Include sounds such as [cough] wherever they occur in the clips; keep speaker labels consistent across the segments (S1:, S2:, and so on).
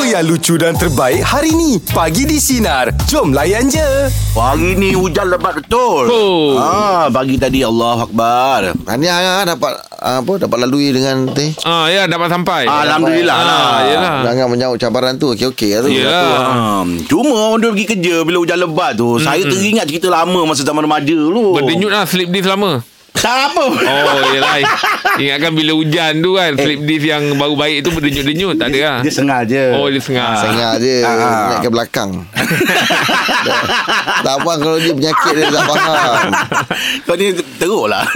S1: yang lucu dan terbaik hari ni. Pagi di Sinar. Jom layan je.
S2: Pagi ni hujan lebat betul.
S3: Oh.
S2: Ah, pagi tadi Allah Akbar.
S4: Tahniah lah dapat apa dapat lalui dengan teh.
S3: Ah ya dapat sampai.
S2: Alhamdulillah
S3: Ah,
S2: lah.
S3: yelah.
S4: Jangan menyambut cabaran tu. Okey-okey lah tu.
S3: Ya.
S2: Ah, cuma orang dia pergi kerja bila hujan lebat tu. Mm-hmm. Saya teringat cerita lama masa zaman remaja dulu.
S3: Berdenyut lah slip disc lama.
S2: Tak apa.
S3: Oh yelah [laughs] Ingatkan bila hujan tu kan Slip disc yang baru baik tu Berdenyut-denyut Tak ada lah
S2: Dia sengaja.
S3: Oh dia sengaja
S4: Sengah dia
S2: Ah.
S4: naik ke
S2: [laughs]
S4: belakang. tak faham kalau dia penyakit dia tak faham.
S2: [laughs] Kau ni teruk lah.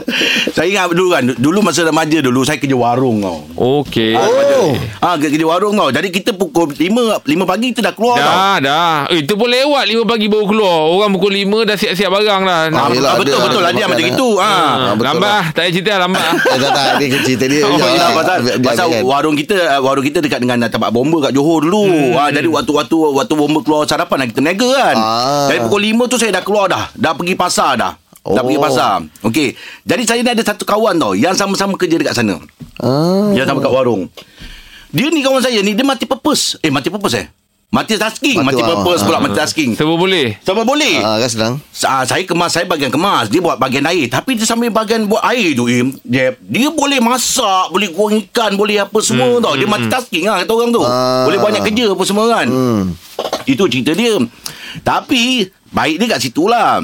S2: [laughs] saya ingat dulu kan. Dulu masa remaja dulu saya kerja warung tau.
S3: Okey
S4: Oh.
S2: Ah, kerja kerja warung tau. Jadi kita pukul 5 5 pagi kita dah keluar tau.
S3: Dah dah Eh itu pun lewat 5 pagi baru keluar Orang pukul 5 dah siap-siap barang dah
S2: Ah,
S4: Ah, yelah,
S2: betul
S4: ada-
S2: betul lah
S4: ada
S2: dia macam
S4: makanan.
S2: itu. Ah.
S4: Ah, betul
S3: Lambat
S4: lah.
S3: lah Tak payah cerita lah lambat lah
S4: Eh, tak tak dia kecil cerita dia.
S2: Oh,
S4: je
S2: yelah,
S4: lah.
S2: pasal,
S4: Biar- biar-
S2: pasal
S4: biarkan.
S2: warung kita uh, warung kita dekat dengan uh, tempat bomba kat Johor dulu. Hmm. Ha, jadi waktu-waktu waktu bomba keluar sarapan lah kita meniaga kan.
S4: Ah.
S2: Dari pukul 5 tu saya dah keluar dah. Dah pergi pasar dah. Oh. Dah
S4: Oh.
S2: pergi pasar. Okey. Jadi saya ni ada satu kawan tau yang sama-sama kerja dekat sana.
S4: Ah.
S2: Yang sama kat warung. Dia ni kawan saya ni dia mati purpose. Eh mati purpose eh. Mati tasking,
S4: Mati
S2: mati,
S4: awal.
S2: purpose pula
S4: Ah.
S2: mati tasking.
S3: Semua boleh
S2: Sama boleh.
S4: Ah, kan senang.
S2: Ah, saya kemas saya bagian kemas dia buat bagian air tapi dia sambil bagian buat air tu Im dia dia boleh masak boleh goreng ikan boleh apa semua hmm, tau dia multitasking lah kata orang tu
S4: Ah.
S2: boleh banyak kerja apa semua kan
S4: Hmm.
S2: itu cerita dia tapi baik dia kat situ lah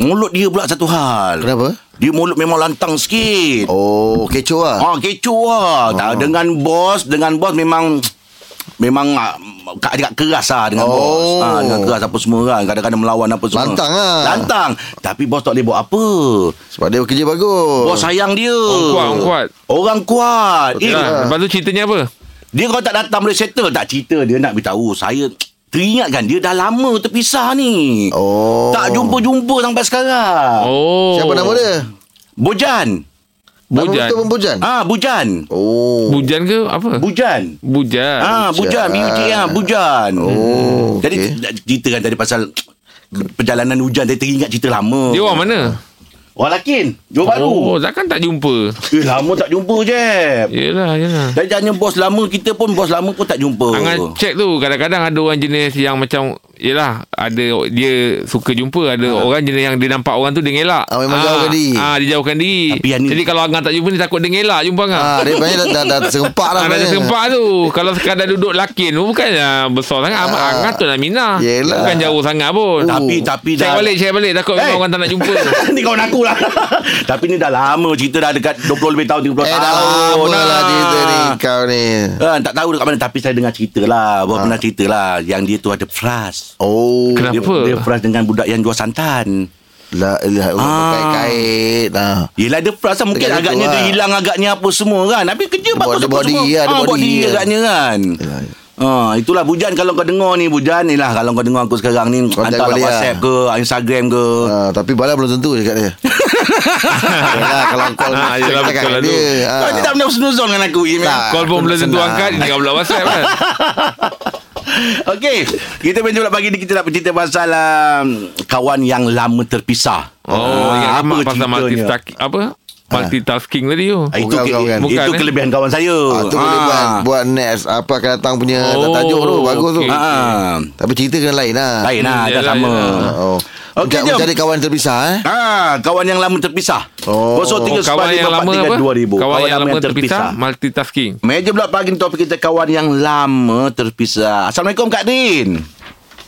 S2: mulut dia pula satu hal
S4: Kenapa?
S2: dia mulut memang lantang sikit
S4: Oh, kecoh lah.
S2: Ah, kecoh lah.
S4: Ah.
S2: Tak, dengan bos, dengan bos memang memang ah, kat dekat keras lah dengan
S4: Oh.
S2: bos. Ah, dengan keras apa semua kan. Kadang-kadang melawan apa semua.
S4: Lantang lah.
S2: Lantang. Tapi bos tak boleh buat apa.
S4: Sebab dia kerja bagus.
S2: Bos sayang dia.
S3: Orang kuat, orang kuat.
S2: Orang kuat. Eh,
S3: Ya, Lepas tu ceritanya apa
S2: dia kalau tak datang boleh settle tak cerita dia nak beritahu saya teringatkan dia dah lama terpisah ni.
S4: Oh.
S2: Tak jumpa-jumpa sampai sekarang.
S3: Oh
S4: Siapa nama dia?
S2: Bojan.
S4: Nama
S3: Bujan.
S4: betul pun Bujan.
S2: Ah, Bujan.
S4: Oh.
S3: Bujan ke apa
S2: Bujan.
S3: Bujan
S2: Ah, bujan, BUJ ah, bujan. Hmm.
S4: Oh,
S2: Jadi
S4: okey.
S2: nak cerita kan tadi pasal perjalanan hujan saya teringat cerita lama.
S3: Dia orang mana
S2: Orang Lakin, Johor Baru.
S3: Oh takkan tak jumpa
S2: Eh, lama tak jumpa je.
S3: Yelah yelah
S2: Dan jangan bos lama kita pun bos lama pun tak jumpa.
S4: Oh.
S3: Angan check tu Kadang-kadang ada orang jenis Yang macam Yelah Ada Dia suka jumpa Ada orang jenis Yang dia nampak orang tu Dia ngelak
S4: Ah, memang jauhkan diri.
S3: ah, Dia jauhkan diri
S2: Tapi yang ni-
S3: Jadi kalau Angan tak jumpa Dia takut dia ngelak Jumpa Angan
S4: Ah, dia banyak dah, dah, dah serempak
S3: Ah,
S4: lah.
S3: dah
S4: sebenarnya.
S3: sempat tu Kalau sekadar duduk lakin tu Bukannya besar sangat Amat
S4: Ah.
S3: Angan tu nak minah
S4: Yelah.
S3: Bukan jauh sangat pun
S2: tapi
S4: Oh.
S2: tapi
S3: Check
S2: dah
S3: balik Check balik Takut
S2: Eh.
S3: memang orang tak nak
S4: [laughs]
S3: jumpa
S2: [laughs] ni kawan aku lah [laughs] Tapi ni dah lama cerita dah dekat 20 lebih tahun 30 tahun
S4: Eh, dah lama lah cerita ni
S3: Ah.
S4: kau ni.
S2: ha, Tak tahu dekat mana Tapi saya dengar cerita lah Bawa
S4: Ah.
S2: pernah cerita lah Yang dia tu ada fras
S4: Oh.
S3: Kenapa?
S2: Dia, dia fras dengan budak yang jual santan
S4: La ilaha
S2: Ah.
S4: illallah lah, oh, kait-kait. Ah.
S2: Yelah dia frust lah Mungkin
S4: Dekat situ
S2: agaknya dia
S4: lah.
S2: hilang Agaknya apa semua kan Tapi kerja
S4: Dia
S2: bagus
S4: buat- dia
S2: apa
S4: buat
S2: semua
S4: diri lah, dia
S2: Ah,
S4: buat
S2: buat
S4: diri
S2: diri
S4: lah.
S2: agaknya kan
S4: Yelah.
S2: Ha, itulah Bujan kalau kau dengar ni Bujan ni lah kalau kau dengar aku sekarang ni
S4: Kontak
S2: hantar
S4: balik lah.
S2: WhatsApp ke Instagram ke
S4: Ah, tapi bala belum tentu cakap
S3: [laughs]
S4: dia. Yalah, kalau kau
S3: Ah, yelah,
S4: cakap
S3: betul lah tu.
S4: dia. ah.
S2: kau ni tak pernah senuzon dengan aku ya? Im
S4: Tak.
S3: Call pun
S4: Aku
S3: belum tentu
S4: senang.
S3: angkat Dia pula whatsapp kan
S2: [laughs] Okey kita main pula pagi ni kita nak bercerita pasal um, kawan yang lama terpisah
S3: Oh
S2: Ah,
S3: ingat amat pasal
S2: ceritanya?
S3: multitasking Apa
S4: Ah.
S3: Multitasking tadi tu
S2: Ah, itu
S4: Bukan,
S2: ke,
S4: bukan,
S3: bukan.
S2: itu
S3: Bukan, eh?
S2: kelebihan kawan saya
S4: Ah, tu boleh
S2: Ah.
S4: buat, buat next apa akan datang punya
S3: Oh,
S4: tajuk tu bagus tu.
S3: okey.
S2: Ah.
S4: Tapi cerita kena lain lah.
S2: Lain lah
S3: Hmm,
S2: Dah
S3: yelah,
S2: sama
S3: yelah.
S4: Oh.
S2: Okey,
S4: Okay,
S2: jom.
S4: Mencari kawan terpisah eh.
S2: Ah, kawan yang lama terpisah.
S3: Oh,
S4: Oh.
S3: kawan yang lama apa?
S2: 2000.
S3: Kawan, yang lama terpisah, multitasking.
S2: Meja pula pagi ni topik kita kawan yang lama terpisah. Assalamualaikum Kak Din.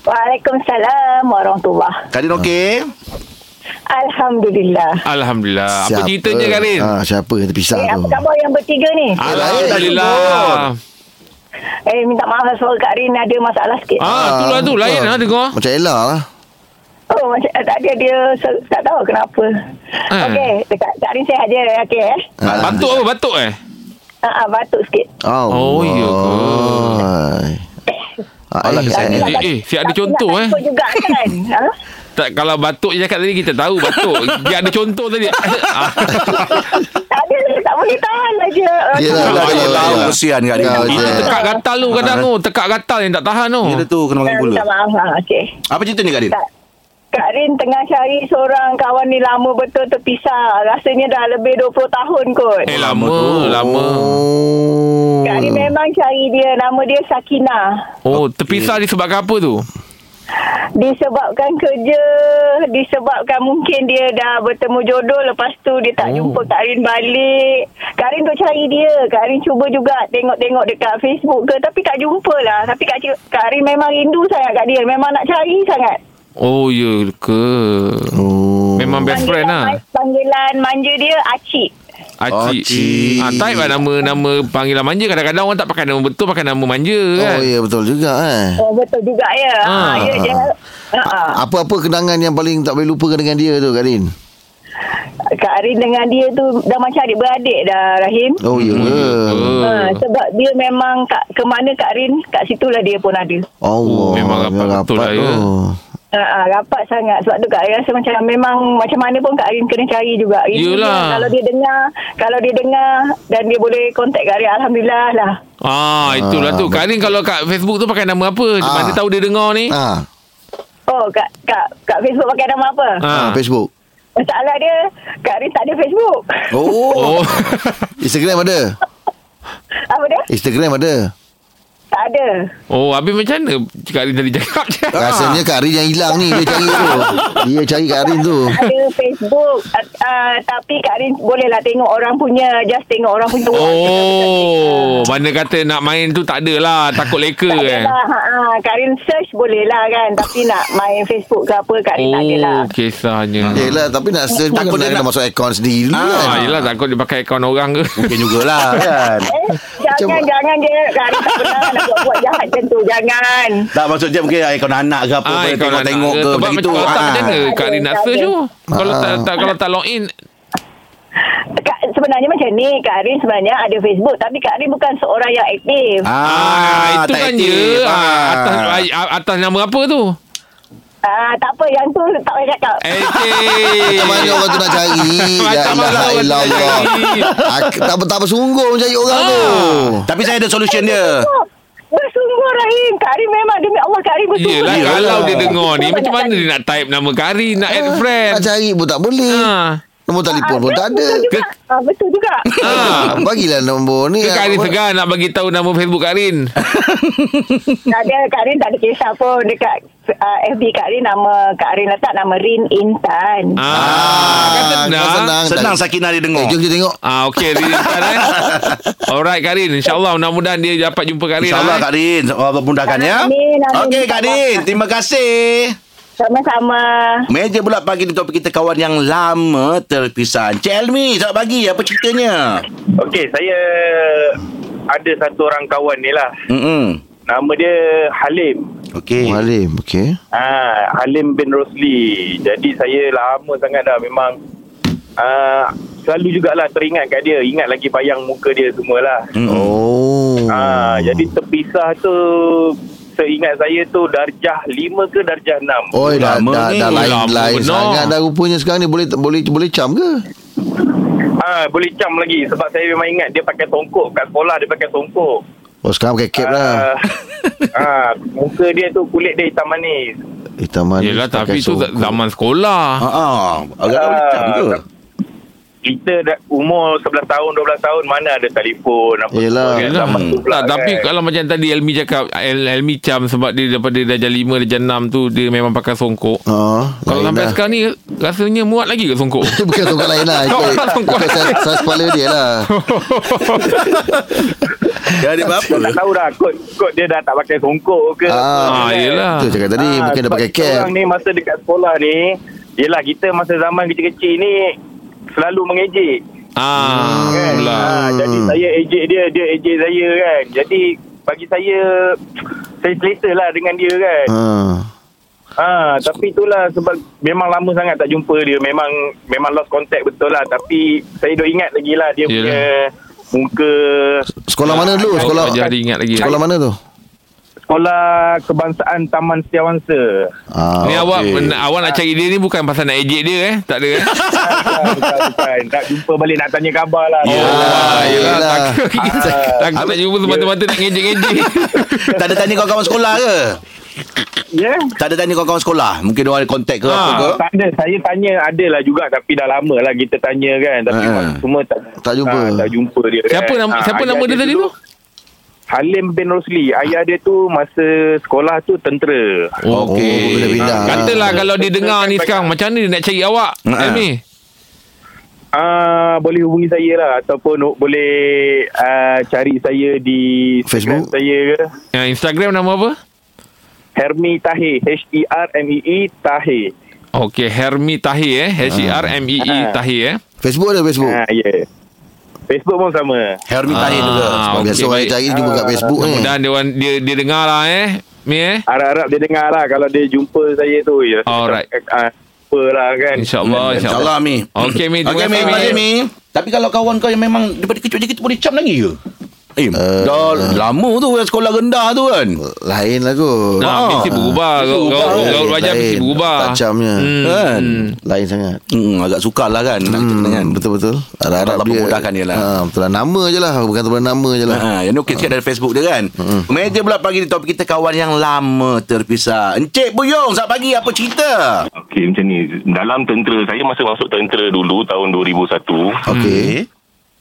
S5: Waalaikumsalam warahmatullahi
S2: Kak Din okey?
S5: Alhamdulillah.
S3: Alhamdulillah. Ah, Apa ceritanya Karin?
S4: Ah, siapa yang terpisah
S5: Eh,
S4: tu?
S5: apa khabar yang bertiga ni?
S3: Ah.
S4: Ah.
S2: eh,
S3: Alhamdulillah.
S5: Eh, minta maaf lah suara Kak Rin ada masalah sikit.
S3: Ah, tu lah tu lain
S4: betul.
S3: ah dengar.
S4: Macam Ella lah.
S5: Oh, macam eh, tak ada dia se- tak tahu kenapa.
S3: Eh.
S5: Okey, dekat Kak Rin sihat je. Okey eh.
S3: Batuk apa batuk eh?
S5: Ha ah, batuk sikit.
S4: Oh,
S3: Oh, ya ke?
S4: Ah, eh,
S5: Tak
S4: eh,
S5: adalah
S3: eh, eh, siap ada
S5: tapi
S3: contoh,
S5: nak
S3: eh.
S5: takut juga
S3: [laughs]
S5: kan. ha?
S3: Tak kalau batuk je cakap tadi kita tahu batuk. Dia ada contoh tadi. Ah,
S5: Tak ada, tak boleh tahan Ah, aja.
S4: Yelah,
S2: Kalau
S4: yelah,
S2: dia
S4: yelah,
S2: tahu
S4: yelah.
S2: kesian Kak Din.
S4: Kau
S2: Ah,
S4: je.
S3: tekak gatal tu kadang tu, tekak gatal yang tak tahan tu.
S2: Dia tu kena makan
S5: Eh,
S2: gula.
S5: Minta maaf. Ha, okey.
S2: Apa cerita ni Kak Din?
S5: Tak. Kak Rin tengah cari seorang kawan ni lama betul terpisah. Rasanya dah lebih 20 tahun kot.
S3: Eh lama tu Lama
S4: Oh.
S5: Kak Rin memang cari dia. Nama dia Sakinah.
S3: Oh terpisah disebabkan apa tu
S5: Disebabkan kerja Disebabkan mungkin dia dah bertemu jodoh Lepas tu dia tak
S3: Oh.
S5: oh. jumpa Kak Rin balik Kak Rin duk cari dia Kak Rin cuba juga tengok-tengok dekat Facebook ke Tapi tak jumpa lah Tapi Kak, Ci- Kak Rin memang rindu sangat kat dia Memang nak cari sangat
S3: Oh ya ke
S4: Oh.
S3: Memang best friend lah
S5: Panggilan manja dia Acik
S3: Acik
S4: Acik.
S3: ah, Type lah nama Nama panggilan manja Kadang-kadang orang tak pakai nama betul Pakai nama manja kan
S4: Oh ya betul juga eh.
S5: Oh betul juga ya ha.
S3: Ah.
S5: Ya dia ha.
S4: Apa-apa kenangan yang paling tak boleh lupakan dengan dia tu Kak Rin?
S5: Kak Rin dengan dia tu Dah macam adik-beradik dah Rahim
S4: Oh ya ke?
S3: Oh.
S5: Ha, sebab dia memang kat, ke mana Kak Rin, kat situlah dia pun ada.
S4: Allah.
S3: Oh, memang rapat betul lah, ya.
S4: tu.
S5: Ha, ha, rapat sangat. Sebab tu Kak Rin rasa macam memang macam mana pun Kak Rin kena cari juga. Ini
S3: Yelah.
S5: dia, Kalau dia dengar, kalau dia dengar dan dia boleh kontak Kak Rin, Alhamdulillah lah.
S3: Ah itulah
S4: Ah,
S3: tu Kak Rin kalau kat Facebook tu Pakai nama apa ah.
S4: Ah.
S3: Mana tahu dia dengar ni ah.
S4: Ah,
S5: Oh, Kak, Kak, Kak Facebook pakai nama apa? Ha.
S4: ah. Facebook.
S5: Masalah dia, Kak Rin tak ada Facebook.
S4: Oh.
S3: Oh [laughs]
S4: Instagram ada.
S5: Apa dia?
S4: Instagram ada.
S5: Tak ada.
S3: Oh habis macam mana Kak Rin tadi cakap [laughs] je
S4: Rasanya Kak Rin yang hilang ni Dia cari tu Dia cari Kak Rin tu
S5: Ada Facebook. Uh, uh, tapi Kak Rin bolehlah tengok orang punya. Just tengok orang punya.
S3: Oh Mana kata nak main tu Tak adalah Takut leka
S5: Tak
S3: kan
S5: adalah, ha, ha. Kak Rin search boleh lah kan Tapi nak main Facebook ke apa Kak Rin tak lah. adalah
S3: Oh kisahnya
S4: Yelah tapi nak search pun
S2: Takut dia
S4: Takut kena
S2: nak-
S4: masuk akaun sendiri dulu kan
S3: Ah, yelah takut dia pakai akaun orang ke
S4: Mungkin jugalah [laughs] kan
S5: Eh, jangan,
S4: Macam-
S5: jangan je Kak Rin tak pernah nak buat-buat jahat macam tu Jangan
S2: Tak maksud dia mungkin ikon anak ke apa
S3: Ah,
S2: boleh
S3: kalau
S2: tengok-tengok
S3: nak-
S2: ke Ah.
S3: Sebab
S2: macam itu.
S3: Kalau tak macam mana Kak Rina
S5: Ada,
S3: search
S5: ada.
S3: tu Kalau
S4: Ah.
S3: tak, tak kalau tak log in
S5: Kak, Sebenarnya macam ni Kak Rin sebenarnya ada Facebook Tapi Kak Rin bukan seorang yang aktif
S2: Ah,
S3: ah, Itu
S2: tak
S3: kan
S2: aktif.
S3: je ah,
S2: Ah.
S3: atas, ah, atas nama apa tu
S5: ah, Tak apa yang tu tak payah cakap
S3: Eh
S4: Macam mana orang tu nak cari [laughs] Ya La
S3: Macam mana orang
S4: ilaha
S3: tu nak
S4: illallah
S3: cari? Ah.
S4: Ak- Tak tak bersungguh mencari orang tu
S2: Tapi saya ada solution dia.
S5: Oh, Bersungguh Rahim Kak Rin memang demi Allah Kak Rin bersungguh
S3: [laughs] Yelah
S2: Yelah.
S3: kalau dia dengar ni Macam mana dia nak type nama Kari Nak
S4: Ah,
S3: add friend
S4: Nak cari pun tak boleh
S3: Ah.
S4: Nombor telefon
S5: Ah,
S4: pun tak ada
S5: betul juga. Ah, Betul juga
S3: Ah.
S4: Ah, Bagilah nombor ni
S3: Ke
S4: Ah,
S3: Kak Rin
S4: Apa-
S3: segar nak bagi tahu nama Facebook Kak Rin
S5: Tak ada Kak Rin tak ada kisah pun Dekat uh, FB Kak Rin Nama Kak Rin letak Nama Rin Intan
S3: ah,
S4: Ah,
S3: Kan
S4: kau
S3: senang
S2: Senang
S4: tak-
S2: Sakinah dia
S4: Eh,
S2: dengar.
S4: jom kita tengok
S3: Ah, okay Rin kan eh Alright Kak Rin InsyaAllah mudah-mudahan dia dapat jumpa ah, eh. Kak Rin
S2: InsyaAllah Kak Rin Allah mudahkan ya
S5: Amin, amin.
S2: Okey Kak Rin Terima kasih
S5: Sama-sama
S2: Meja pula pagi ni topik kita kawan yang lama terpisah Cik Elmi selamat pagi apa ceritanya
S6: Okey, saya ada satu orang kawan ni lah.
S2: Mm-mm.
S6: Nama dia Halim.
S3: Eh.
S2: Okey
S4: Mualim Okay
S6: Ha, Halim bin Rosli. Jadi saya lama sangat dah memang uh, selalu jugalah teringat kat dia. Ingat lagi bayang muka dia semualah.
S2: Mm-mm.
S3: Hmm.
S4: Oh
S6: Ha, jadi terpisah tu seingat saya tu darjah 5 ke darjah 6.
S4: Oi dah
S2: Lama
S4: dah,
S2: ni.
S4: dah lain
S3: Lama
S4: lain
S3: benar.
S4: sangat dah rupanya sekarang ni boleh boleh boleh cam ke?
S6: Ha, boleh cam lagi sebab saya memang ingat dia pakai tongkok kat sekolah dia pakai tongkok.
S4: Oh sekarang pakai cap lah.
S6: [laughs] Ah, ah, muka dia tu kulit dia hitam manis.
S4: Hitam manis.
S3: Yelah
S4: pakai
S3: tapi tu
S4: songkok.
S3: zaman sekolah
S2: Ha ah, agak
S6: Ah,
S2: macam tu.
S6: tak- kita dah umur 11 tahun 12 tahun mana ada telefon apa
S4: Yelah.
S6: semua kan
S3: Yelah.
S6: zaman tu pula
S3: Tak, tapi
S6: kan.
S3: kalau macam tadi Elmi cakap El, Elmi cam sebab dia daripada darjah 5 darjah 6 tu dia memang pakai songkok.
S4: Ha. Oh,
S3: Kalau sampai
S4: [laughs]
S3: sekarang ni rasanya muat lagi ke songkok?
S4: Itu bukan songkok lain
S3: [laughs]
S4: lah Itu
S3: Bukan songkok
S4: Bukan saiz, saiz kepala dia
S3: [laughs]
S4: lah
S2: Dia ada apa?
S6: tak tahu dah kot, kot dia dah tak pakai songkok ke kan? Ah,
S4: Ah,
S3: Ah, yelah.
S4: Itu cakap tadi Mungkin dia
S6: sebab
S4: pakai
S6: kita
S4: cap
S6: orang ni masa dekat sekolah ni yelah kita masa zaman kecil-kecil ni selalu mengejek
S3: ah,
S6: kan
S3: lah.
S6: Ah, jadi
S4: Hmm.
S6: saya ejek dia dia ejek saya kan jadi bagi saya saya selesa lah dengan dia kan
S4: Ha.
S6: Ha, tapi itulah sebab memang lama sangat tak jumpa dia. Memang memang lost contact betul lah. Tapi saya duk ingat lagi lah dia
S3: Yelah.
S6: punya muka
S4: Sekolah mana dulu Sekolah
S3: Sekolah jadi ingat lagi.
S4: Sekolah mana tu
S6: sekolah kebangsaan Taman Setiawangsa.
S4: ah,
S3: Ni
S4: okey.
S3: awak men- awak nak cari dia ni bukan pasal nak ejek dia eh. Tak ada eh.
S6: bukan, bukan, bukan. Tak jumpa balik nak tanya khabar lah.
S3: Ya.
S4: Yelah,
S3: Ah, yelah.
S4: yelah.
S7: [laughs]
S3: Takut, takut nak jumpa semata-mata nak ngejek-ngejek.
S2: Tak ada tanya kawan-kawan sekolah ke?
S7: Ya yeah.
S2: Tak ada tanya kawan-kawan sekolah Mungkin dia ada kontak ke
S3: Ha.
S6: Ah.
S2: apa
S4: Ah.
S2: ke
S7: Tak ada Saya tanya ada lah juga Tapi dah lama lah kita tanya kan Tapi
S2: Ha.
S7: uh, semua tak,
S4: Ah. Tak jumpa.
S7: Ah, tak jumpa dia
S3: Siapa
S7: kan.
S3: nama
S7: Ah,
S3: siapa
S7: ayah
S3: nama dia tadi
S7: dulu
S3: tu?
S7: Halim bin Rosli Ayah dia tu Masa sekolah tu tentera
S2: Okey.
S4: Oh, boleh pindah.
S3: Ah, Katalah kan. kalau dia dengar ni sekarang macam mana dia nak cari awak?
S2: Ha.
S3: Helmi.
S7: Ah uh, boleh hubungi saya lah ataupun o- boleh uh, cari saya di Instagram
S4: Facebook?
S7: saya ke
S3: Ya, Instagram nama apa?
S7: Hermi Tahir H E R M E E Tahir.
S3: Okey, Hermi Tahir eh. H E R M E E
S7: Ha.
S3: Tahir eh.
S4: Facebook ada Facebook.
S7: Ah ya. Yeah. Facebook pun sama.
S2: Hermi Tahir
S3: Ah,
S2: juga
S3: okey,
S4: Biasa orang
S3: baik.
S4: cari jumpa kat
S2: Ah,
S4: Facebook ni.
S3: Dan dia orang- dia dia dengar lah eh. Mi eh.
S7: Harap-harap dia dengar lah kalau dia jumpa saya tu. Ya,
S3: Alright.
S7: Ah, apa lah kan.
S3: InsyaAllah
S2: Hmm. InsyaAllah Mi
S3: insyaAllah. Okey, Mi. Terima
S2: Okey Mi
S3: kasih, Mi.
S2: Terima kasih Mi Tapi kalau kawan kau yang memang Daripada kecil je kita boleh cam lagi ke Eh, dah lama tu yang sekolah rendah tu kan.
S4: Lain lah kot.
S2: Ah.
S3: Nah, mesti berubah. Gaul
S2: berubah,
S3: gaul-
S2: eh.
S3: gaul wajah mesti
S4: Lain. ya.
S3: berubah. Hmm.
S4: Tajamnya.
S2: Kan?
S4: Lain sangat.
S2: Hmm, agak sukar lah kan. Nak kita kan.
S4: Hmm, betul-betul. Harap-harap
S2: Allah memudahkan dia lah.
S4: Ha, betul lah. Nama je lah. Bukan tu nama je lah.
S2: Ha, yang ni okey sikit dari Facebook dia kan. Meja pula pagi ni topik kita kawan yang lama terpisah. Encik Buyong, selamat pagi apa cerita?
S6: Okey macam ni Dalam tentera Saya masa masuk tentera dulu Tahun
S2: Ah.
S6: 2001
S2: Hmm.
S4: Okey.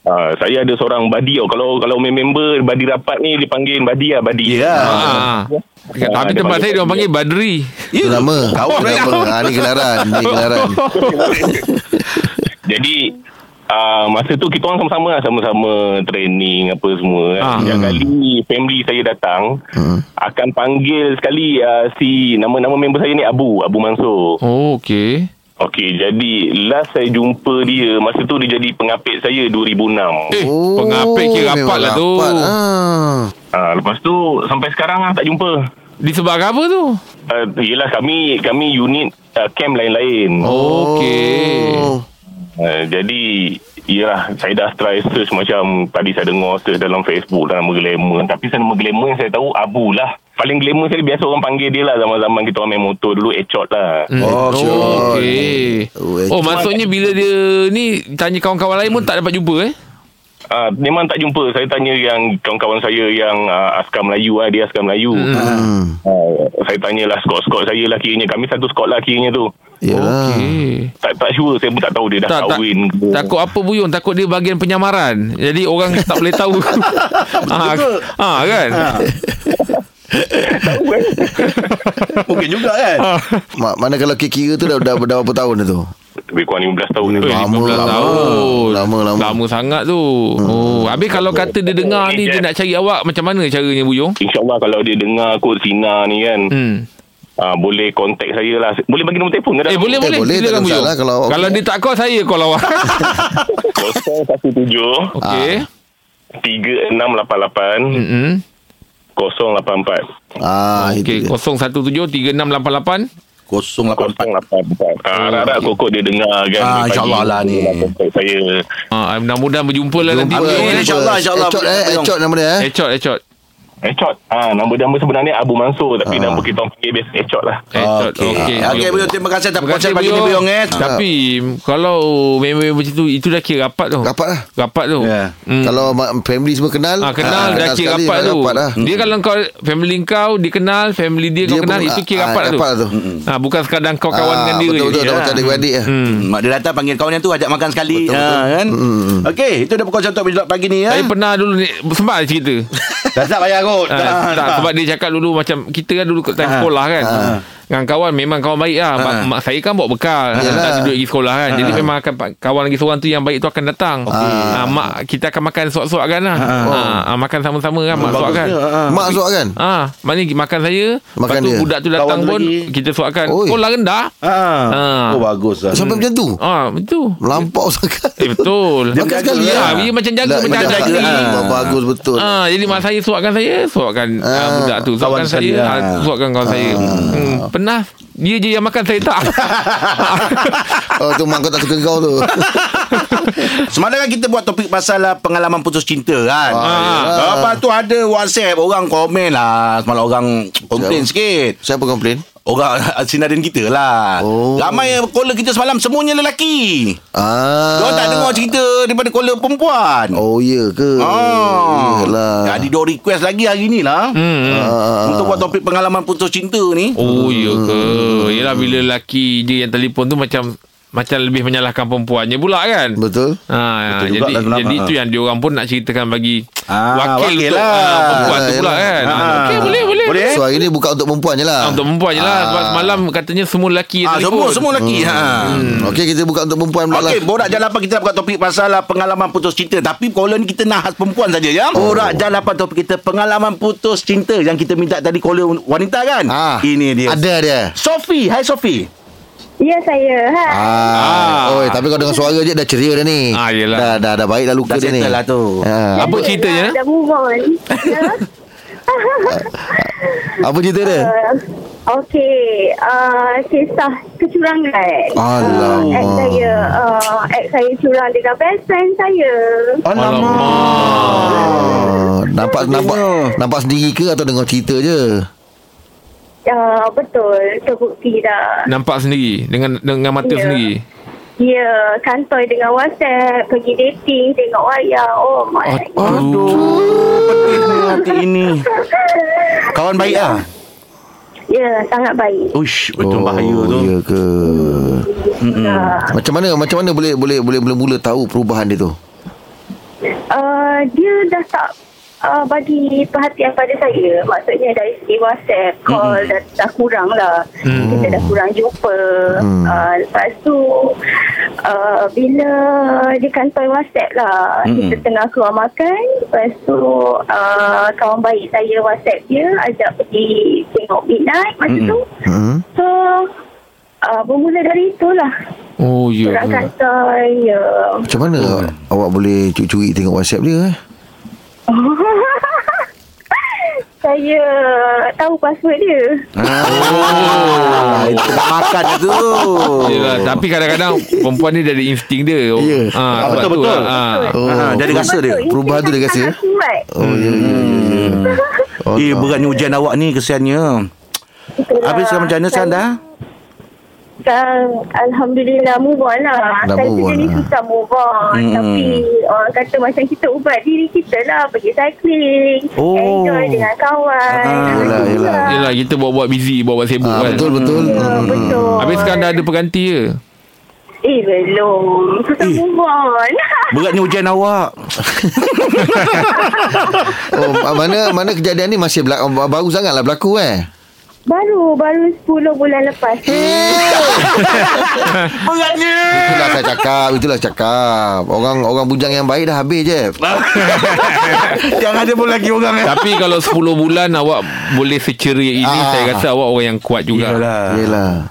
S6: uh, Saya ada seorang badi oh. Kalau kalau member Badi rapat ni Dipanggil badi lah Badi
S2: Ya.
S3: Ah.
S6: Ah,
S3: Tapi
S6: dia
S3: tempat
S6: panggil
S3: saya dia orang
S6: Badri.
S3: panggil Badri.
S4: Itu nama.
S2: Kawan
S4: Itu
S2: nama.
S4: nama. Ha, ni gelaran. Ni
S2: [laughs]
S4: gelaran.
S6: Jadi uh, Masa tu kita orang sama-sama lah Sama-sama training Apa semua kan.
S3: Ah.
S6: Yang kali Family saya datang Akan panggil sekali uh, Si Nama-nama member saya ni Abu Abu Mansur
S3: Oh, okey.
S6: Okey jadi Last saya jumpa dia Masa tu dia jadi pengapit saya 2006
S3: Eh, pengapit kira rapat
S4: Oh, memang
S3: lah tu.
S4: rapat. Ha.
S6: Ah, lepas tu sampai sekarang lah tak jumpa.
S3: Disebabkan apa tu?
S6: Uh, yelah kami kami unit uh, camp lain-lain. Oh.
S3: Okey.
S4: Oh.
S6: Uh, jadi yelah saya dah try search macam tadi saya dengar search dalam Facebook dalam nama glamour tapi saya nama glamour yang saya tahu Abu lah. Paling glamour saya biasa orang panggil dia lah zaman-zaman kita orang main motor dulu Echot lah. Hmm.
S4: Oh, sure.
S3: Okey.
S4: Oh, eh,
S3: Oh, maksudnya bila dia ni tanya kawan-kawan lain pun tak dapat jumpa eh?
S6: Uh, memang tak jumpa. Saya tanya yang kawan-kawan saya yang uh, askar Melayu lah. Dia askar Melayu. Hmm.
S4: Hmm.
S6: Uh, saya tanyalah skot-skot saya lah kiranya. Kami satu skot lah kiranya tu.
S4: Yalah.
S3: Okey.
S6: tak tak sure saya pun tak tahu dia dah
S3: Tak, tak.
S6: kahwin ke.
S3: Takut apa Buyung? Takut dia bahagian penyamaran. Jadi orang tak boleh
S4: [laughs]
S3: tahu. ha, ha, kan?
S4: Ah,
S2: Mungkin juga kan.
S4: Ma- mana kalau kira-kira tu dah, dah, dah berapa tahun dah tu?
S6: lebih kurang 15 tahun
S3: Eh,
S6: tu.
S4: Lama,
S3: 15
S4: lama.
S3: tahun.
S4: Lama, lama.
S3: Lama sangat tu.
S4: Hmm.
S3: Oh, habis kalau kata dia dengar ni dia nak cari awak macam mana caranya Buyung?
S6: InsyaAllah kalau dia dengar kot Sina ni kan hmm.
S3: Hmm.
S6: uh, Boleh contact saya lah Boleh bagi nombor telefon ke dah?
S3: Eh boleh boleh,
S4: boleh, tak ada
S3: silakan Buyung.
S4: masalah
S3: Kalau,
S4: kalau-
S3: kalau dia tak call saya call
S4: [laughs]
S3: awak.
S6: 017
S3: Okey.
S4: Ah.
S6: 3688
S3: Hmm.
S6: 084
S4: Ah,
S3: Okey
S4: itu dia.
S3: 01736688.
S2: 084.
S6: 084 Ah, Harap-harap kokok dia dengar kan
S2: Hmm. Ah,
S6: Pagi
S2: insyaAllah lah ni.
S6: dia contact Saya
S3: Ha, mudah-mudahan berjumpa lah nanti.
S4: Jumpa,
S3: Buyung,
S2: Amin,
S3: eh.
S2: insyaAllah, insyaAllah.
S4: Ecot eh, Ecot nama dia eh.
S3: Ecot, ecot.
S6: Echot ah, Nombor nama sebenarnya Abu Mansur
S2: Ah.
S6: Tapi nama kita orang panggil biasa Echot lah
S3: Ecot. Okey.
S4: Ah,
S2: Okey, Buyong terima kasih atas perkongsian pagi ni Buyong eh.
S3: Tapi kalau memang macam tu itu dah kira rapat tu.
S4: Rapat lah.
S3: Rapat tu.
S2: Ya.
S3: Hmm.
S4: Kalau ma- family semua kenal
S3: Ah, kenal
S4: ah,
S3: dah kira
S4: sekali,
S3: rapat tu. Hmm.
S4: lah.
S3: Dia kalau kau family kau dia kenal, family dia, kau
S4: Dia
S3: kenal
S4: pun,
S3: itu
S4: ah,
S3: kira rapat tu.
S4: rapat tu.
S3: Ha, bukan sekadar kau kawan
S4: Ah,
S3: dengan dia
S4: Betul betul
S3: je.
S4: betul
S3: Ya.
S4: macam adik-beradik ah.
S2: Hmm. Mak dia datang panggil kawan yang tu ajak makan sekali betul, ha, kan. Hmm. Okey, itu dah perkongsian untuk bijak pagi ni ya.
S3: Saya pernah dulu ni Sempat ada cerita
S2: Dah Ah, tak payah kot.
S3: ha, tak, Sebab dia cakap dulu Macam kita kan dulu Kat time
S2: Ah,
S3: sekolah kan
S2: ah.
S3: Dengan kawan Memang kawan baik lah mak,
S2: Ah.
S3: mak saya kan bawa bekal
S4: Yalah.
S3: Tak duduk pergi sekolah kan Jadi memang akan Kawan lagi seorang tu Yang baik tu akan datang ha, Mak kita akan makan Suap-suap kan lah ha, ha, Makan sama-sama kan Mak suap kan
S4: Mak suak kan?
S3: Ah, maknanya makan saya Lepas
S4: Makan
S3: tu
S4: dia.
S3: budak tu datang
S2: Kawan
S3: pun
S2: lagi.
S3: Kita suapkan
S4: Oi.
S3: Sekolah rendah
S2: Ha.
S3: Ah.
S2: Oh bagus lah.
S4: Sampai macam tu.
S3: Ah, betul
S4: Melampau sangat.
S3: Eh betul
S4: Dia [laughs] Makan sekali
S3: lah.
S4: lah.
S3: Dia macam jaga
S4: Lah,
S3: Macam
S4: macam-
S3: jaga
S4: Ah, Bagus betul.
S3: Ah, jadi mak saya suapkan saya, suapkan ah,
S4: Ah,
S3: budak tu, suapkan
S2: kawan sekali,
S3: saya, ah,
S2: ah.
S3: suapkan kawan saya. Hmm, pernah dia je yang makan saya tak.
S4: Oh tu mak kau tak suka kau tu.
S3: [laughs]
S2: Semalam kan kita buat topik pasal lah pengalaman putus cinta kan.
S4: Ah,
S2: Ha. Lepas tu ada WhatsApp orang komen lah. Semalam orang komplain sikit.
S4: Siapa komplain?
S2: Orang sinarin kita lah
S4: Oh.
S2: Ramai caller kita semalam Semuanya lelaki
S4: Ah.
S2: Diorang tak dengar cerita Daripada caller perempuan
S4: Oh ya ke?
S2: Ah.
S4: Yalah.
S2: Jadi dia request lagi hari ni lah. Hmm. Untuk buat topik pengalaman putus cinta ni.
S3: Oh ya ke Yelah bila lelaki dia yang telefon tu macam Macam lebih menyalahkan perempuannya pula kan
S4: Betul.
S3: Ha,
S4: Betul
S3: jadi
S4: juga lah kenapa.
S3: jadi tu yang diorang pun nak ceritakan bagi
S2: Ah,
S3: wakil,
S2: wakil
S3: untuk
S2: lah.
S3: ah, perempuan tu
S4: Ah,
S3: pula
S4: yelah.
S3: kan. Ah,
S2: Ah.
S3: Okey boleh boleh.
S2: Boleh, eh?
S4: So hari ni buka untuk perempuan
S3: Ah,
S4: je lah.
S3: untuk perempuan je lah sebab
S4: Ah.
S3: semalam katanya semua lelaki yang
S2: Ah, semua
S3: telefon.
S2: semua lelaki. Hmm. Ha.
S4: Hmm. Okey kita buka untuk perempuan pula
S2: Okey,
S4: lah.
S2: borak jalan apa kita buat topik pasal lah pengalaman putus cinta. Tapi caller ni kita nak khas perempuan saja ya. Borak jalan apa topik kita pengalaman putus cinta yang kita minta tadi caller wanita kan?
S4: Ah.
S2: Ini dia.
S4: Ada dia.
S2: Sofi, hai Sofi.
S5: Ya saya. Ha.
S4: Ah.
S3: Ah.
S4: Oi, tapi kau dengar suara je dah ceria dah ni.
S3: Ah, yelah.
S4: Dah dah dah baik dah luka
S2: Dah
S4: dia ni.
S2: settle lah tu.
S4: Ah.
S3: Apa ceritanya?
S5: Dah, dah move
S3: [laughs]
S5: on. Ya.
S4: Apa cerita dia?
S5: [laughs] Uh, Okey, uh, kisah kecurangan.
S4: Alamak.
S5: Uh, ex saya, uh, ex saya curang dengan best friend saya.
S4: Ah, nampak nampak nampak sendiri ke atau dengar cerita je?
S5: Uh, betul, terbukti dah.
S3: Nampak sendiri dengan dengan mata
S5: Ya.
S3: sendiri.
S5: Dia kantoi dengan WhatsApp, pergi dating, tengok wayang. Oh my god.
S2: Hati Ah, ini. Kawan baik ah.
S5: Ya, sangat baik.
S2: Uish, betul oh, bahaya tu.
S4: Ya ke?
S5: Uh,
S4: Macam mana macam mana boleh boleh boleh mula-mula tahu perubahan dia tu?
S5: uh, dia dah tak uh, bagi perhatian pada saya. Maksudnya dari segi WhatsApp, call dah, dah kurang lah.
S3: Mm.
S5: Kita dah kurang jumpa. Uh, lepas tu, uh, bila dia kantoi WhatsApp lah. Kita tengah keluar makan. Lepas tu, uh, kawan baik saya WhatsApp dia. Ajak pergi tengok midnight masa tu.
S4: Hmm.
S5: So, uh, bermula dari itulah.
S3: Oh ya.
S5: Orang
S3: Yeah.
S5: kantoi. Ya.
S4: Macam mana
S2: Oh.
S4: awak boleh curi-curi tengok WhatsApp dia eh?
S5: [laughs] Saya tahu password dia.
S4: Ah, itu nak makan
S2: lah
S4: tu.
S3: Yelah, tapi kadang-kadang perempuan ni dari insting dia.
S4: Oh. [laughs] Ya.
S3: Ah, betul betul. Ah.
S4: Oh.
S2: Ha, jadi rasa dia.
S5: Betul,
S4: Perubahan tu dia
S5: insting
S4: rasa,
S5: sangat kuat.
S4: Oh, ya, ya, ya, ya. Oh,
S2: Mm. Eh, beratnya hujan awak ni kesiannya.
S5: Itulah.
S2: Habis sekarang macam mana sekarang dah?
S5: Sekarang, Alhamdulillah move on lah.
S4: Dah
S5: Saya
S4: move on
S5: sendiri
S4: lah.
S5: susah move on.
S2: Hmm.
S5: Tapi orang kata macam kita ubat diri kita lah. Pergi cycling.
S2: Oh.
S5: Enjoy dengan kawan.
S2: Ah,
S4: yelah, yelah.
S3: Yelah, kita buat-buat busy, buat-buat sibuk
S4: Ah,
S3: kan.
S4: betul betul. Mm.
S5: Ya, betul.
S3: Habis sekarang dah ada pengganti je.
S5: Eh, belum. Susah
S2: Eh.
S5: move on. [laughs]
S2: Beratnya hujan awak.
S4: Oh, mana mana kejadian ni masih berlaku, baru sangatlah berlaku eh.
S5: baru, baru 10 bulan lepas.
S2: [laughs] Beratnya.
S4: Itulah saya cakap, itulah saya cakap. Orang orang bujang yang baik dah habis je.
S2: Yang ada pun lagi orang eh.
S3: Tapi kalau 10 bulan awak boleh seceria ini,
S4: Ah.
S3: saya rasa awak orang yang kuat juga.
S4: Yelah.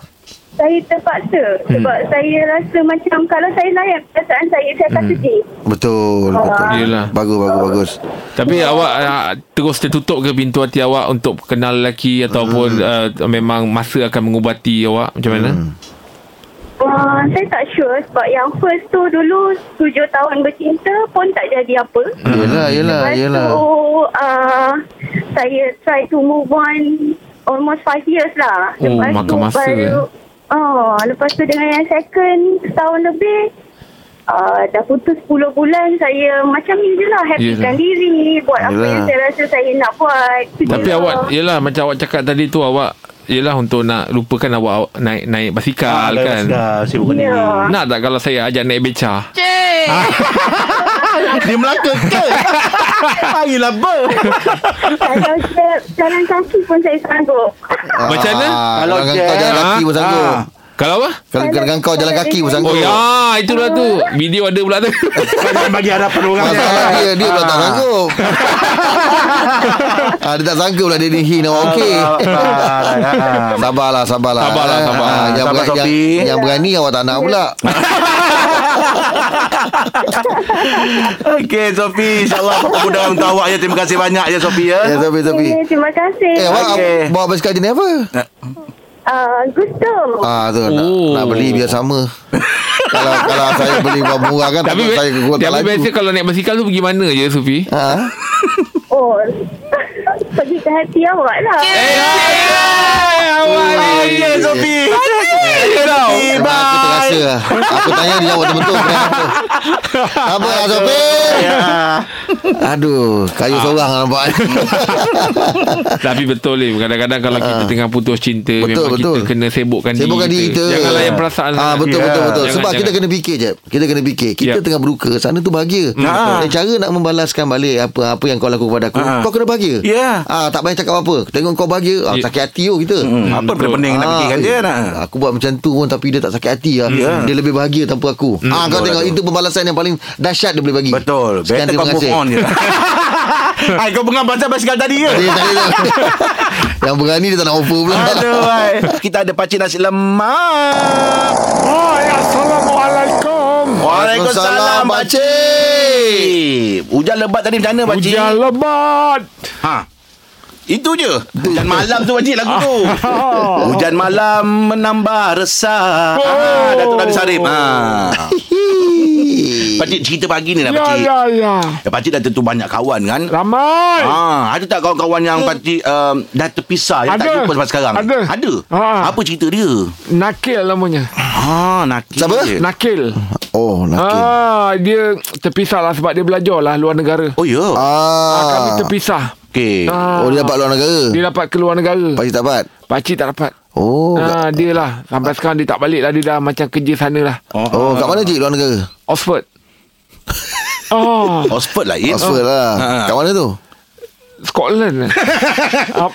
S5: Saya terpaksa sebab
S3: Hmm.
S5: saya rasa macam kalau saya layan perasaan saya saya
S3: Hmm.
S5: akan sedih.
S4: Betul, betul.
S3: Yelah.
S4: Bagus bagus bagus.
S3: Tapi awak uh, terus tertutup ke pintu hati awak untuk kenal lelaki ataupun
S4: Hmm.
S3: uh, memang masa akan mengubati awak macam mana?
S5: Uh, saya tak sure sebab yang first tu dulu tujuh tahun bercinta pun tak jadi apa.
S4: Yelah, yelah,
S3: Ah,
S5: Lepas
S4: yelah.
S5: tu uh, saya try to move on almost five years lah.
S3: Oh, makan masa,
S5: Oh, lepas tu dengan yang second setahun lebih Uh, dah putus 10 bulan saya macam ni je lah happykan
S3: Yelah.
S5: diri buat apa
S4: Yelah.
S5: yang saya rasa saya nak buat Itu je
S3: Tapi
S5: lah.
S3: awak yelah macam awak cakap tadi tu awak yelah untuk nak lupakan awak, awak naik naik basikal kan.
S2: Sibuk
S5: Ya.
S3: Nak tak kalau saya ajak naik beca?
S2: Dia Melaka [laughs] ke? Marilah ber.
S5: Kalau saya jalan kaki pun saya sanggup.
S3: Macam mana?
S4: Kalau
S2: Kalau
S4: kau
S2: je-
S4: Ah, jalan kaki pun sanggup.
S2: Ah.
S3: Kalau apa?
S4: Kalau dengan kau jalan kaki pun sanggup.
S3: Oh ya, itulah tu. Video ada pula tu.
S4: [laughs]
S2: Jangan bagi harapan orang.
S4: Masalah dia Dia pula tak
S3: [laughs]
S4: sanggup ah, Dia tak sanggup lah Dia ni hin
S3: Ah,
S4: awak okey [laughs] Sabarlah Sabarlah
S3: Sabarlah, sabar.
S4: Ah, yang,
S2: Sabar,
S4: berani, yang,
S2: Sofi.
S4: yang berani awak tak nak pula
S2: Okey, Sofi. InsyaAllah apa mudah untuk awak ya. Terima kasih banyak ya, Sofi ya.
S4: Ya tapi tapi
S5: Eh, terima kasih.
S4: Eh awak
S2: Okey.
S4: bawa basikal Geneva
S5: Uh, Gusto.
S4: Ah tu nak,
S3: Oh.
S4: nak beli biar
S3: [laughs]
S4: sama Kalau kalau saya beli murah kan
S3: tapi
S4: takut saya kuat tak
S3: tapi
S4: laju
S3: biasa kalau naik basikal tu pergi mana je Sufi?
S4: Ah,
S5: [laughs] Oh. Pergi ke hati awak lah.
S3: Eh, awak ni.
S2: Raya Sofi. Raya tau.
S4: Ah, Aku terasa lah Aku tanya dia jawab betul-betul Kenapa Apa lah Sopir
S3: Ya.
S4: Aduh
S3: Ah.
S4: Kayu seorang lah nampak
S3: Tapi betul ni Kadang-kadang kalau kita tengah putus cinta
S4: Ha. Betul,
S3: Memang
S4: betul.
S3: kita kena sibukkan,
S4: Sibukkan diri kita
S3: Janganlah yang perasaan
S4: ah, Betul betul
S3: Ya.
S4: betul Sebab
S3: Jangan,
S4: kita
S3: jangan.
S4: kena fikir je Kita kena fikir Kita
S3: Ya. Hmm.
S4: tengah berduka Sana tu bahagia Dan Cara nak membalaskan balik Apa apa yang kau lakukan pada aku Kau kena bahagia
S2: Ya.
S4: ah, Tak payah cakap apa Tengok kau bahagia ah,
S3: Ya. Hmm.
S4: Sakit hati tu kita
S2: Apa benda pening nak
S4: Ah,
S2: fikirkan dia kan, Hmm.
S4: eh,
S2: nak.
S4: Aku buat macam tu pun Tapi dia tak sakit hati lah Dia lebih bahagia tanpa aku ah, Kau tengok Itu pembalasan yang paling Dahsyat dia boleh bagi
S2: Hmm. Betul.
S4: Sekian,
S2: Better
S4: terima
S2: kau move
S4: kasih.
S2: on je. Hai kau pengen pasal basikal tadi ke?
S4: [laughs] Dia tak ada. [laughs] Yang berani dia tak nak offer pula
S2: Aduh, hai. Kita ada pakcik nasi lemak.
S3: Hai, Assalamualaikum
S2: Waalaikumsalam,
S4: Pakcik
S2: Eh, hujan lebat tadi macam mana, pakcik?
S3: Hujan lebat Ya,
S2: Ha. Itu je. Hujan malam tu, pakcik, lagu
S3: [laughs]
S2: tu. Hujan malam menambah
S3: Oh.
S2: resah. Ah, Datuk Nabi Sarip.
S3: [laughs]
S2: Ha. Pakcik, cerita pagi ni lah,
S3: Ya
S2: pakcik.
S3: ya ya
S2: Ya, pakcik dah tentu banyak kawan, kan?
S3: Ramai
S2: Ha, ada tak kawan-kawan yang pakcik um, dah terpisah yang tak
S3: Hmm. Ada.
S2: jumpa sampai sekarang?
S3: Ada.
S2: Ada.
S3: Ha.
S2: Apa cerita dia?
S3: Nakil namanya
S2: Ha, nakil.
S4: Siapa?
S2: je.
S3: Nakil
S4: [laughs] Oh lelaki
S3: Ah, Dia terpisah lah Sebab dia belajar lah Luar negara
S2: Oh, ya.
S4: ah.
S3: ah. Kami terpisah
S2: Okey.
S3: ah.
S4: Oh dia dapat luar negara
S3: Dia dapat keluar negara
S4: Pakcik tak dapat
S3: Pakcik tak dapat
S4: Oh kat,
S3: ah, Dia lah Sampai sekarang dia tak balik lah Dia dah macam kerja sana lah
S2: ah.
S4: Oh kat mana cik luar negara
S3: Oxford [laughs] Oh
S2: Oxford lah, Ip.
S4: Oxford lah
S2: Ha.
S4: Kat mana tu
S3: Scotland Up,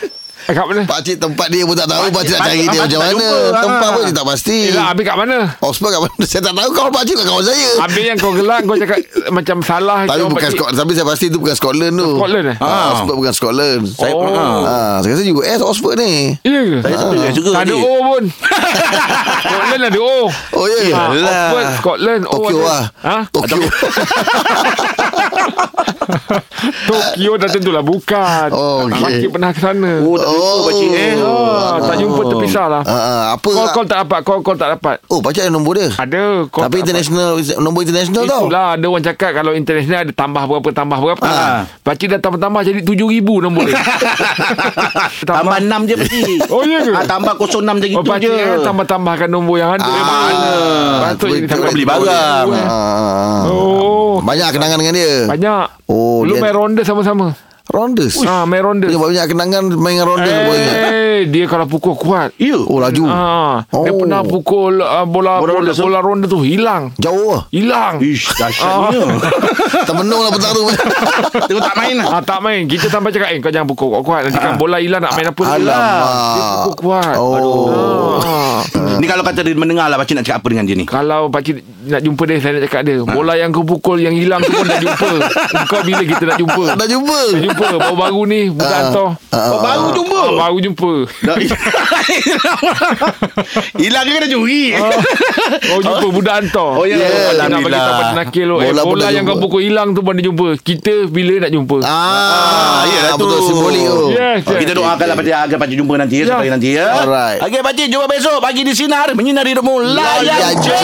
S3: Kat mana
S4: Pakcik tempat dia pun tak tahu Pakcik,
S2: pakcik-
S4: nak cari dia
S2: pakcik
S4: macam
S2: tak
S4: mana
S2: jumpa, ha.
S4: Tempat pun dia tak pasti
S3: Yelah habis kat mana
S4: Oxford kat mana [laughs] Saya tak tahu kawan pakcik lah kawan saya
S3: Habis yang kau gelak Kau cakap eh, Macam salah
S4: Tapi
S3: Kau
S4: bukan
S3: pakcik-
S4: Scotland Tapi saya pasti tu bukan Scotland tu
S3: Scotland, eh?
S4: ha.
S2: Ah.
S4: Oxford bukan Scotland Saya
S2: Oh.
S4: ha. Saya rasa US Oxford ni
S3: Ya ke
S2: Saya suka, saya suka.
S3: Tak ada
S2: pakcik.
S3: O pun Scotland ada O
S4: Oh ya yeah.
S3: Ah, Oxford Scotland O
S4: Tokyo
S3: ada.
S4: lah
S3: ha?
S4: Tokyo
S3: Tokyo dah tentulah bukan
S4: Oh, okey.
S3: Pakcik pernah ke sana
S2: Oh, tak jumpa, pakcik. Eh.
S3: Ah, tak jumpa terpisah lah
S4: [laughs] Ah, ah, Apa
S3: Call call tak dapat Call call tak dapat
S4: Oh pakcik ada nombor dia
S3: Ada call
S4: Tapi
S3: tak dapat.
S4: international Nombor international tau
S3: Ah, Itulah ada orang cakap Kalau international ada tambah berapa Tambah berapa
S2: Ah.
S3: ha. Pakcik dah tambah-tambah Jadi 7,000 nombor
S4: [laughs]
S3: dia [laughs]
S2: Tambah 6 je mesti
S3: Oh, ya ke?
S2: ah, Tambah 06 je
S3: Oh
S2: gitu je
S3: pakcik kan tambah-tambahkan nombor yang ada
S4: Ah.
S3: Patut
S4: Betul,
S3: jadi
S4: betul.
S3: tambah
S2: Beli barang.
S4: Ah.
S3: Oh.
S4: Banyak kenangan dengan dia
S3: Banyak
S4: Oh,
S3: Dulu
S4: dia-
S3: main ronda sama-sama
S4: Rondes
S3: Ah, main ronda
S4: Dia banyak kenangan Main dengan rondes hey. ingat.
S3: Eh, dia kalau pukul kuat
S2: Ya
S4: Oh laju
S3: Ah, oh. Dia
S4: Oh.
S3: pernah pukul uh, bola
S2: Bola
S3: bola,
S2: ronda,
S3: bola,
S2: so-
S3: bola ronda tu hilang.
S4: Jauh lah
S3: Hilang. Ah.
S2: Ish dahsyatnya
S4: Termenung lah petang tu
S2: [laughs] Tengok tak main lah
S3: [laughs] Ah, tak main. Kita sampai cakap, eh kau jangan pukul kuat-kuat. Nanti kan bola hilang nak main apa. Dia pukul
S4: Ah. Alamak
S3: kuat.
S4: Ah. Oh
S3: Ah.
S2: Ni kalau kata dia mendengar lah Pakcik nak cakap apa dengan
S3: [laughs]
S2: dia ni [laughs]
S3: Kalau pakcik nak jumpa dia, saya nak cakap dia. Bola yang kau pukul yang hilang tu pun dah jumpa. Kau bila kita nak jumpa?
S4: Dah jumpa
S3: Dah jumpa. Baru-baru ni, budak
S4: Ah.
S3: hantar.
S2: Oh baru jumpa
S3: Ah, baru jumpa.
S2: Hilang ke kena curi
S3: Ah. Baru jumpa budak hantar.
S2: Oh, ya.
S3: Pakcik Nak bagi
S2: Alhamdulillah.
S3: tahu pasal nakil tu. Eh,
S4: Bola pun
S3: bola
S4: dah
S3: yang
S4: jumpa.
S3: kau pukul hilang tu pun dah jumpa. Kita bila nak jumpa?
S4: Ah,
S2: yelah Ya, tu. Ah,
S4: Betul simbolik tu
S3: Yes, yes.
S2: Kita doakanlah Pakcik Agar Pakcik jumpa nanti ya
S3: Ya.
S2: Sampai nanti ya
S4: Alright.
S2: Okay Pakcik jumpa besok Pagi di Sinar Menyinari hidupmu Layan
S4: Layan
S2: je
S1: [laughs]